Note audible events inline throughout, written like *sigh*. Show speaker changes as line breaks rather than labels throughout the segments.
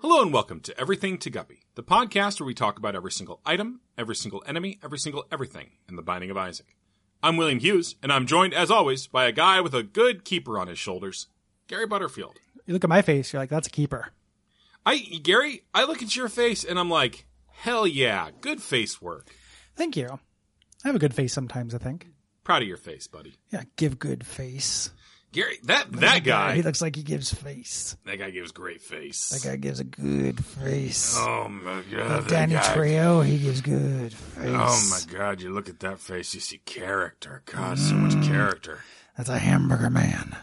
Hello and welcome to Everything to Guppy, the podcast where we talk about every single item, every single enemy, every single everything in the Binding of Isaac. I'm William Hughes, and I'm joined, as always, by a guy with a good keeper on his shoulders, Gary Butterfield.
You look at my face, you're like, that's a keeper.
I, Gary, I look at your face and I'm like, hell yeah, good face work.
Thank you. I have a good face sometimes, I think.
Proud of your face, buddy.
Yeah, give good face.
Gary, that that
He
guy,
looks like he gives face.
that guy gives great face.
That guy gives a good face.
Oh my god, that
Danny
guy.
Trejo, he gives good face.
Oh my god, you look at that face, you see character. God, so much character.
That's a hamburger man.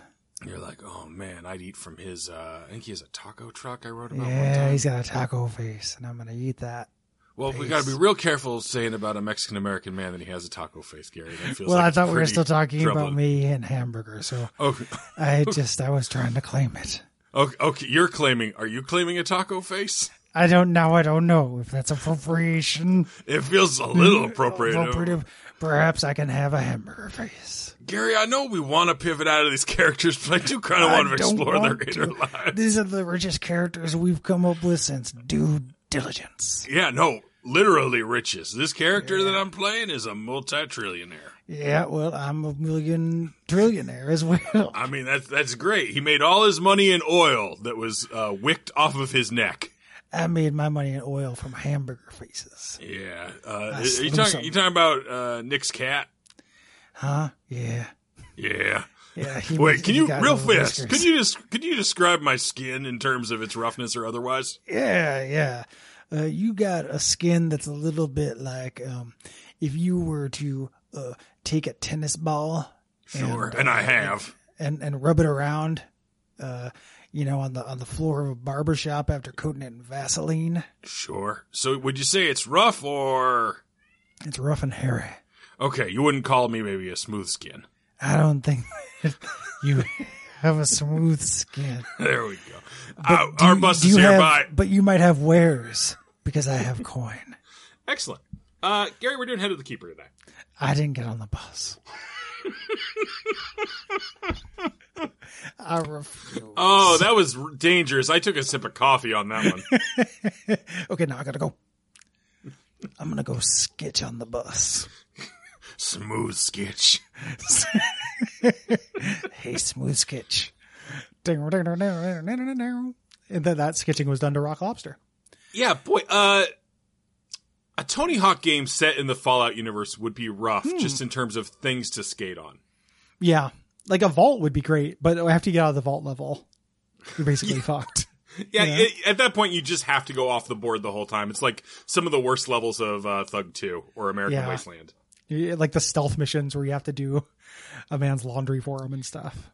You're like, oh man, I'd eat from his. Uh, I think he has a taco truck. I wrote about one
Yeah,
time.
he's got a taco face, and I'm gonna eat that.
Well, we got to be real careful saying about a Mexican American man that he has a taco face, Gary. That feels
well,
like
I thought we were
pretty
still talking about
troubling-
me and hamburger, so
Okay, *laughs*
I just I was trying to claim it.
okay, okay, you're claiming. Are you claiming a taco face?
I don't now. I don't know if that's appropriation.
It feels a
*laughs*
little appropriate.
Appropriative. Perhaps I can have a hamburger face.
Gary, I know we want to pivot out of these *laughs* characters, but I do kind of want to
I don't
explore their
want
inner
to.
lives.
These are the richest characters we've come up with since due diligence.
Yeah, no, literally riches. This character that I'm playing is a multi-trillionaire.
Yeah, well, I'm a million trillionaire as
*laughs*
well.
I mean, that's that's great. He made all his money in oil that was uh, wicked off of his neck.
I made my money in oil from hamburger faces.
Yeah, uh,
That's
are you
awesome.
talking? You talking about uh, Nick's cat?
Huh? Yeah.
Yeah.
Yeah. he
Wait,
was-
can
he
you
got
real
those
fast?
whiskers.
Could you just could you describe my skin in terms of its roughness or otherwise?
Yeah, yeah. Uh, you got a skin that's a little bit like um, if you were to uh, take a tennis ball
Sure, and,
uh,
I have.
and and rub it around, uh, you know, on the on the floor of a barber shop after coating it in Vaseline.
Sure. So would you say it's rough or
It's rough and hairy.
okay? You wouldn't call me maybe a smooth skin. *laughs*
I don't think *laughs* that you have a smooth skin.
There we go. Uh,
Do
our
you-
bus
do
is
you have-
hereby.
but you might have wares because I have coin.
Excellent. Uh, Gary, we're doing head of the keeper today.
I didn't get on the bus. I refuse.
Oh, that was r- dangerous. I took a sip of coffee on that one.
Okay, now I gotta go. I'm gonna go sketch on the bus.
Smooth sketch. *laughs*
hey, smooth sketch. And then that sketching was done to Rock Lobster.
Yeah, boy. Uh, a Tony Hawk game set in the Fallout universe would be rough, just in terms of things to skate on.
Yeah, like a vault would be great, but after you get out of the vault level, you're *laughs* basically fucked.
Yeah,
Yeah.
It, at that point, you just have to go off the board the whole time. It's like some of the worst levels of uh, Thug Two or American
Yeah.
Wasteland.
You- Like the stealth missions where you have to do a man's laundry for him and stuff.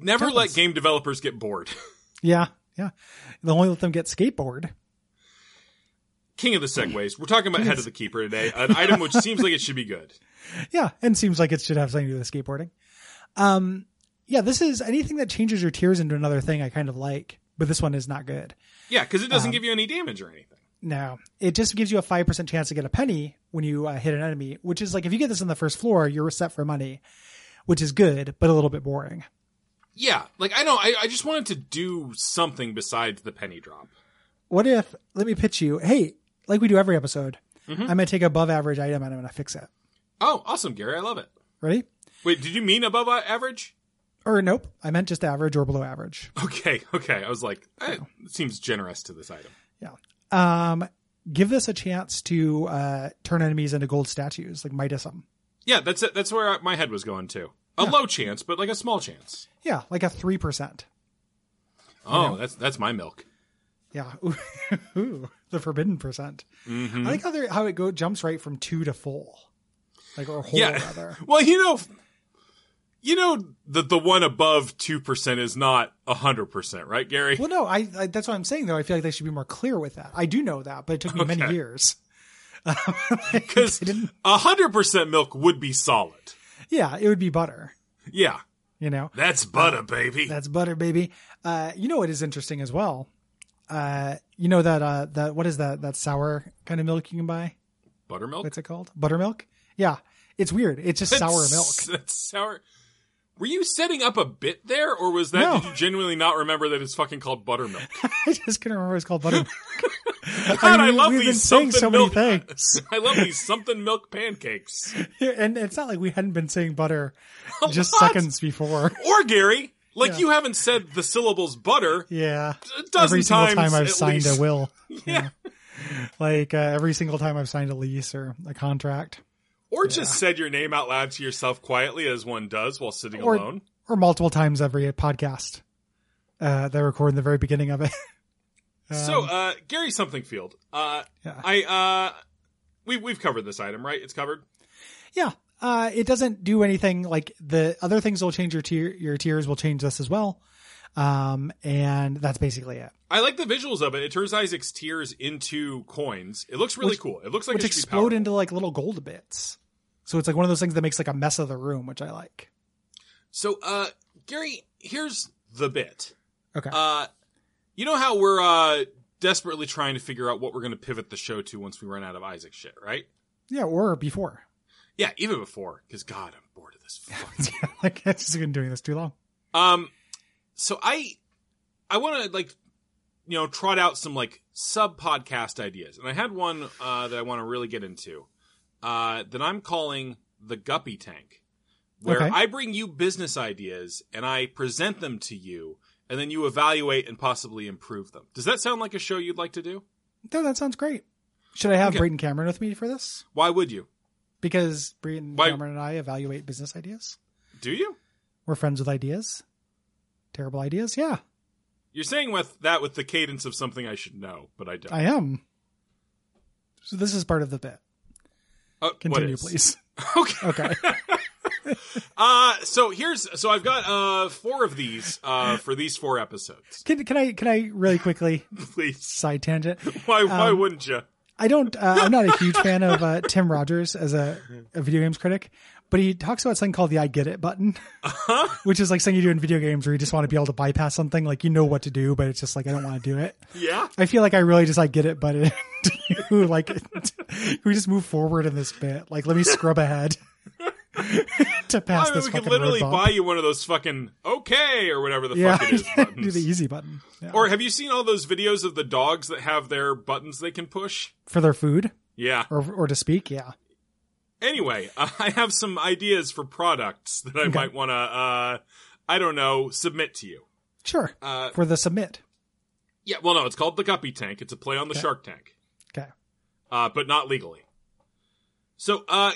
Never let game developers get bored. *laughs*
Yeah, yeah. They'll only let them get skateboard.
King of the segways. We're talking about *laughs* Head of the Keeper today, an item which seems like it should be good.
Yeah, and seems like it should have something to do with skateboarding. Um, yeah, this is anything that changes your tears into another thing I kind of like, but this one is not good.
Yeah, because it doesn't give you any damage or anything.
No, it just gives you a 5% chance to get a penny when you uh, hit an enemy, which is like if you get this on the first floor, you're set for money, which is good, but a little bit boring.
Yeah, like I don't. I, I just wanted to do something besides the penny drop.
What if, let me pitch you, hey, like we do every episode, I'm going to take above average item and I'm going to fix it.
Oh, awesome, Gary! I love it.
Ready?
Wait, did you mean above uh, average? *laughs*
Or nope, I meant just average or below average.
Okay, okay. I was like, eh, it seems generous to this item.
Yeah. Um, give this a chance to uh, turn enemies into gold statues, like Midas 'em.
Yeah, that's it. That's where my head was going too. A low chance, but like a small chance.
Yeah, like a 3%.
Oh, that's that's my milk.
Yeah. *laughs* Ooh, the forbidden percent.
Mm-hmm.
I like how, they're- how it go, jumps right from two to full. Like, or whole,
Yeah.
rather.
Well, you know, you know that the one above two percent is not hundred percent, right, Gary?
Well, no, I, I that's what I'm saying, though. I feel like they should be more clear with that. I do know that, but it took me many
Okay.
years.
Because hundred percent milk would be solid.
Yeah, it would be butter,
Yeah,
you know?
that's butter, baby.
That's butter, baby. Uh, you know what is interesting as well? Uh, you know that, uh, that, what is that, that sour kind of milk you can buy?
Buttermilk.
what's it called? Buttermilk? Yeah. It's weird. It's just sour milk. *laughs*
That's sour. Were you setting up a bit there, or was that
No.
did you genuinely not remember that it's fucking called buttermilk?
I just couldn't remember what it's called buttermilk.
God,
I mean,
I
we-
love
we've been
these
saying
something
so many
milk. *laughs*
things.
I love these something milk pancakes.
and it's not like we hadn't been saying
*laughs*
butter
A
just
lot.
seconds before.
Or Gary, like
Yeah.
you haven't said the syllables butter
Yeah.
a dozen
every single
times
time I've
at
signed
least.
a will.
*laughs* Yeah.
Like uh, every single time I've signed a lease or a contract
Or just said your name out loud to yourself quietly as one does while sitting
Or-
alone.
or multiple times every podcast uh, that I record in the very beginning of it. *laughs*
so,
Um,
uh, Gary Somethingfield, uh,
yeah.
I, uh, we, we've covered this item, right? It's covered.
Yeah. Uh, it doesn't do anything like the other things will change your tier. Your tiers will change this as well. Um, and that's basically it.
I like the visuals of it. It turns Isaac's tears into coins. It looks really
Which-
cool. It looks like
which
it should be
explode
powerful.
into like little gold bits. So it's like one of those things that makes like a mess of the room, which I like.
So, uh, Gary, here's the bit.
Okay.
Uh, you know how we're, uh, desperately trying to figure out what we're going to pivot the show to once we run out of Isaac shit, right?
yeah. Or before. *laughs*
Yeah, even before, because God, I'm bored of this.
like it's just been doing this too long.
um, so I, I want to like, you know, trot out some like sub podcast ideas, and I had one uh, that I want to really get into uh, that I'm calling the Guppy Tank, where
Okay.
I bring you business ideas and I present them to you, and then you evaluate and possibly improve them. Does that sound like a show you'd like to do?
No, that sounds great. Should I have
Okay.
Brayden Cameron with me for this?
Why would you?
Because Brayden
Why-
Cameron and I evaluate business ideas.
Do you?
We're friends with ideas. Terrible ideas. Yeah,
You're saying with that with the cadence of something I should know, but I don't.
I am. So this is part of the bit.
Uh, what
Continue,
is?
please.
*laughs* Okay.
Okay. *laughs*
Uh, so here's so I've got uh four of these uh for these four episodes.
can can I can I really quickly
*laughs* Please,
side tangent?
why why
Um,
wouldn't you?
I don't. Uh, I'm not a huge fan of
*laughs*
uh, Tim Rogers as a, a video games critic, but he talks about something called the "I get it" button,
Uh-huh.
*laughs* which is like something you do in video games where you just want to be able to bypass something. Like you know what to do, but it's just like I don't want to do it.
Yeah,
I feel like I really just I get it, but it, you, like *laughs* can we just move forward in this bit. Like let me scrub ahead *laughs* to
I
pass
mean,
this
we could
fucking
literally
road bump.
buy you one of those fucking okay or whatever the
yeah,
fuck it is
*laughs* do
buttons.
the easy button Yeah.
or have you seen all those videos of the dogs that have their buttons they can push?
for their food
Yeah.
or or to speak. Yeah,
Anyway, *laughs* uh, I have some ideas for products that I might want to uh I don't know submit to you.
sure.
Uh,
for the submit.
yeah. Well, no, it's called the Guppy Tank. It's a play on the
Okay.
Shark Tank.
Okay.
uh, but not legally. So, uh,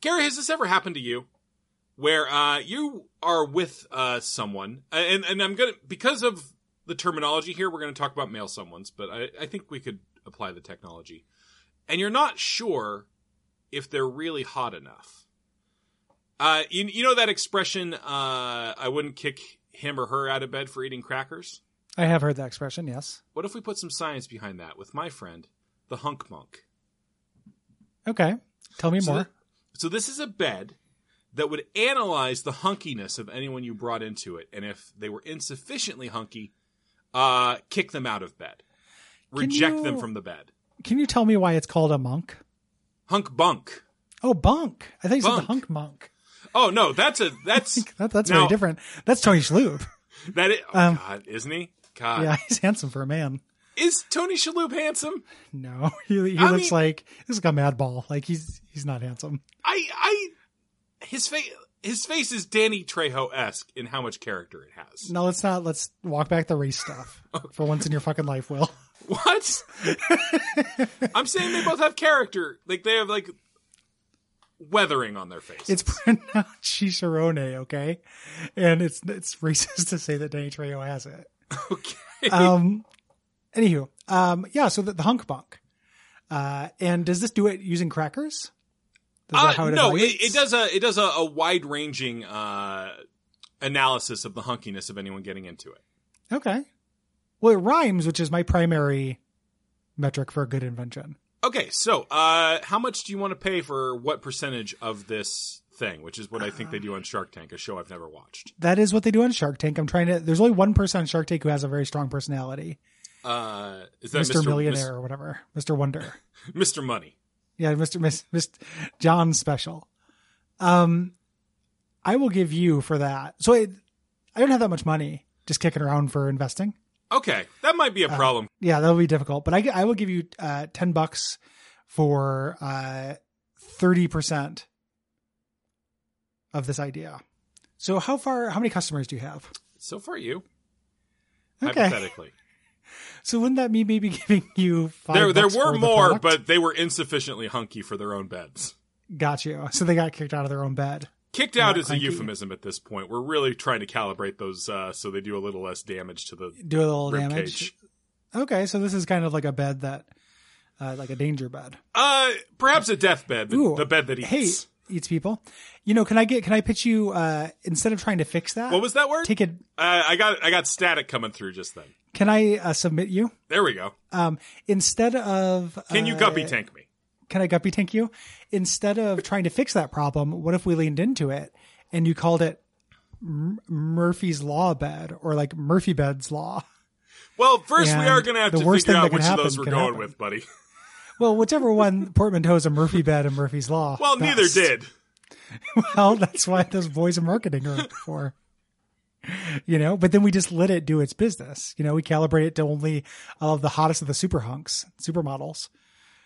Gary, has this ever happened to you where, uh, you are with, uh, someone, and, and I'm gonna, because of the terminology here, we're gonna talk about male someone's, but I, I think we could apply the technology. And you're not sure if they're really hot enough. Uh, you, you know that expression, uh, I wouldn't kick him or her out of bed for eating crackers?
I have heard that expression. Yes.
What if we put some science behind that with my friend, the hunk monk?
Okay. Tell me
So
more.
th- So this is a bed that would analyze the hunkiness of anyone you brought into it, and if they were insufficiently hunky, uh, kick them out of bed, reject them
you-
from the bed.
Can you tell me why it's called a monk?
Hunk bunk.
Oh, bunk. I think you said the
Bunk.
hunk monk.
Oh no, that's a
*laughs*
that's
That, that's
Now-
very different. That's
*laughs*
Tony Shalhoub.
that. Is, oh
Um,
God, isn't he? God,
yeah, he's handsome for a man.
is Tony Shalhoub handsome?
No, *laughs* he, he
I
looks
mean-
like this is like a mad ball. Like he's he's not handsome.
I I his face his face is Danny Trejo esque in how much character it has.
No, let's not. Let's walk back the
*laughs*
race stuff for once in your fucking life, Will. *laughs*
What? I'm saying they both have character. Like they have like weathering on their face.
It's *laughs* pronounced Chicharone, okay? And it's it's racist *laughs* to say that Danny Trejo has it.
okay. *laughs*
Um, anywho, um, yeah. So the, the hunk bunk. Uh, and does this do it using crackers? Is
Uh, no, it,
evaluates?
it does a it does a, a wide ranging uh, analysis of the hunkiness of anyone getting into it.
Okay. Well, it rhymes, which is my primary metric for a good invention.
Okay, so uh, how much do you want to pay for what percentage of this thing? Which is what I think they do on Shark Tank, a show I've never watched.
That is what they do on Shark Tank. I'm trying to. There's only one person on Shark Tank who has a very strong personality,
Uh, is that
Mr.
Mr.
Millionaire or whatever, Mr. Wonder. *laughs*
Mis- Mr. Money?
yeah, Mr. Miss, Miss John Special. Um, I will give you for that. So I, I don't have that much money just kicking around for investing.
Okay, that might
Uh,
be a problem.
Yeah, that'll be difficult. But I, I will give you uh, ten bucks for uh, thirty percent of this idea. So how far? How many customers do you have?
So far, you
Okay.
hypothetically
So wouldn't that mean maybe *laughs* giving you five?
there there
bucks
were
for the
more,
product?
but they were insufficiently hunky for their own beds.
got you. So they got kicked out of their own bed.
Kicked out is
cranky.
a euphemism at this point. We're really trying to calibrate those uh, so they do a little less damage to the
Do a little
rib
damage.
cage.
Okay, so this is kind of like a bed that, uh, like a danger bed.
Uh, perhaps a deathbed, the,
Ooh.
the bed that eats.
Hey, eats people. You know, can I get? Can I pitch you? Uh, instead of trying to fix that,
What was that word?
take it?
Uh, I got I got static coming through just then.
Can I uh, submit you?
There we go.
Um, instead of
Can you
uh,
guppy tank me?
Can I guppy tank you? Instead of trying to fix that problem, what if we leaned into it and you called it M- Murphy's Law bed or like Murphy bed's law? *laughs*
Well, first we
and
are going to have
the
to
worst
figure
thing
out
that could
which of
happen
those we're
could
going
happen.
with,
*laughs*
buddy.
Well, whichever one portmanteau is a Murphy bed and Murphy's Law.
Well, neither
best.
did.
Well, that's why those boys in marketing are for. You know, but then we just let it do its business. You know, we calibrate it to only all of the hottest of the super hunks, supermodels,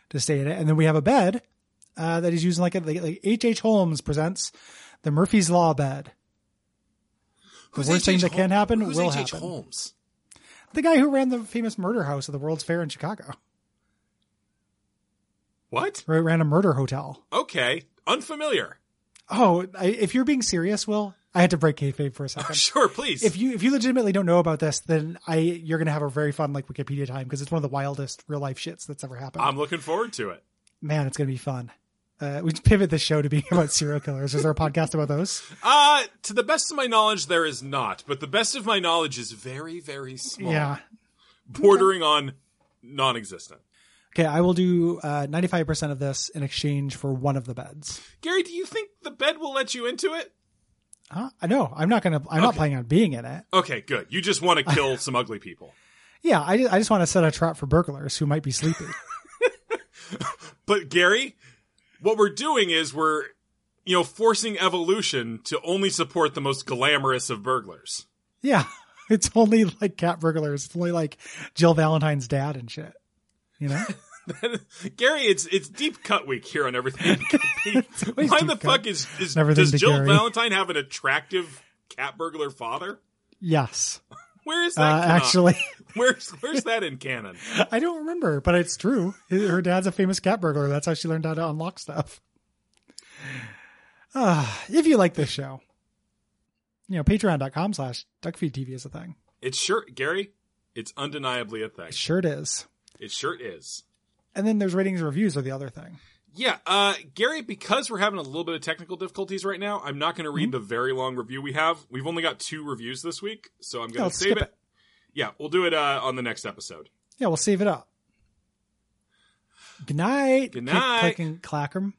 to stay in it, and then we have a bed uh, that is using like a like like H. H. Holmes presents the Murphy's Law bed. The
Who's
worst
H.H.
thing that can
Hol-
happen
Who's
will
H.H.
happen.
Holmes?
The guy who ran the famous murder house at the World's Fair in Chicago,
What?
right? Ran a murder hotel.
Okay, unfamiliar.
Oh, I, if you're being serious, Will, I had to break kayfabe for a
*laughs*
second.
Sure, please.
if you if you legitimately don't know about this, then I you're gonna have a very fun like Wikipedia time because it's one of the wildest real life shits that's ever happened.
I'm looking forward to it.
Man, it's gonna be fun. Uh, we pivot this show to being *laughs* about serial killers. Is there a podcast about those?
Uh, to the best of my knowledge, there is not, but the best of my knowledge is very, very small,
Yeah.
bordering on non-existent.
Okay, I will do ninety five percent of this in exchange for one of the beds.
Gary, do you think the bed will let you into it?
Huh? I know I'm not gonna. I'm not
Okay.
planning on being in it.
Okay, good. You just want to kill some ugly people.
Yeah, I just, I just want to set a trap for burglars who might be sleepy.
But Gary, what we're doing is we're, you know, forcing evolution to only support the most glamorous of burglars.
yeah, it's only like cat burglars. It's only like Jill Valentine's dad and shit. You know.
*laughs* Gary, it's it's deep cut week here on everything.
*laughs* always
Why
deep
the
cut.
fuck is, is
Everything
does
to
Jill
Gary.
Valentine have an attractive cat burglar father?
Yes.
Where is that?
Uh,
canon?
actually,
*laughs* where's where's that in canon?
*laughs* I don't remember, but it's true. Her dad's a famous cat burglar. That's how she learned how to unlock stuff. *sighs* Uh, if you like this show, you know, patreon.com slash duckfeedtv is a thing.
It's sure Gary. It's undeniably a thing.
It sure it is.
It sure is.
And then there's ratings and reviews are the other thing.
Yeah, uh, Gary, because we're having a little bit of technical difficulties right now, I'm not going to
Mm-hmm.
read the very long review we have. We've only got two reviews this week, so I'm
Yeah,
going to
let's
save
skip
it.
it.
Yeah, we'll do it uh, on the next episode.
Yeah, we'll save it up. Good night.
Good night.
Click, click and clack 'em.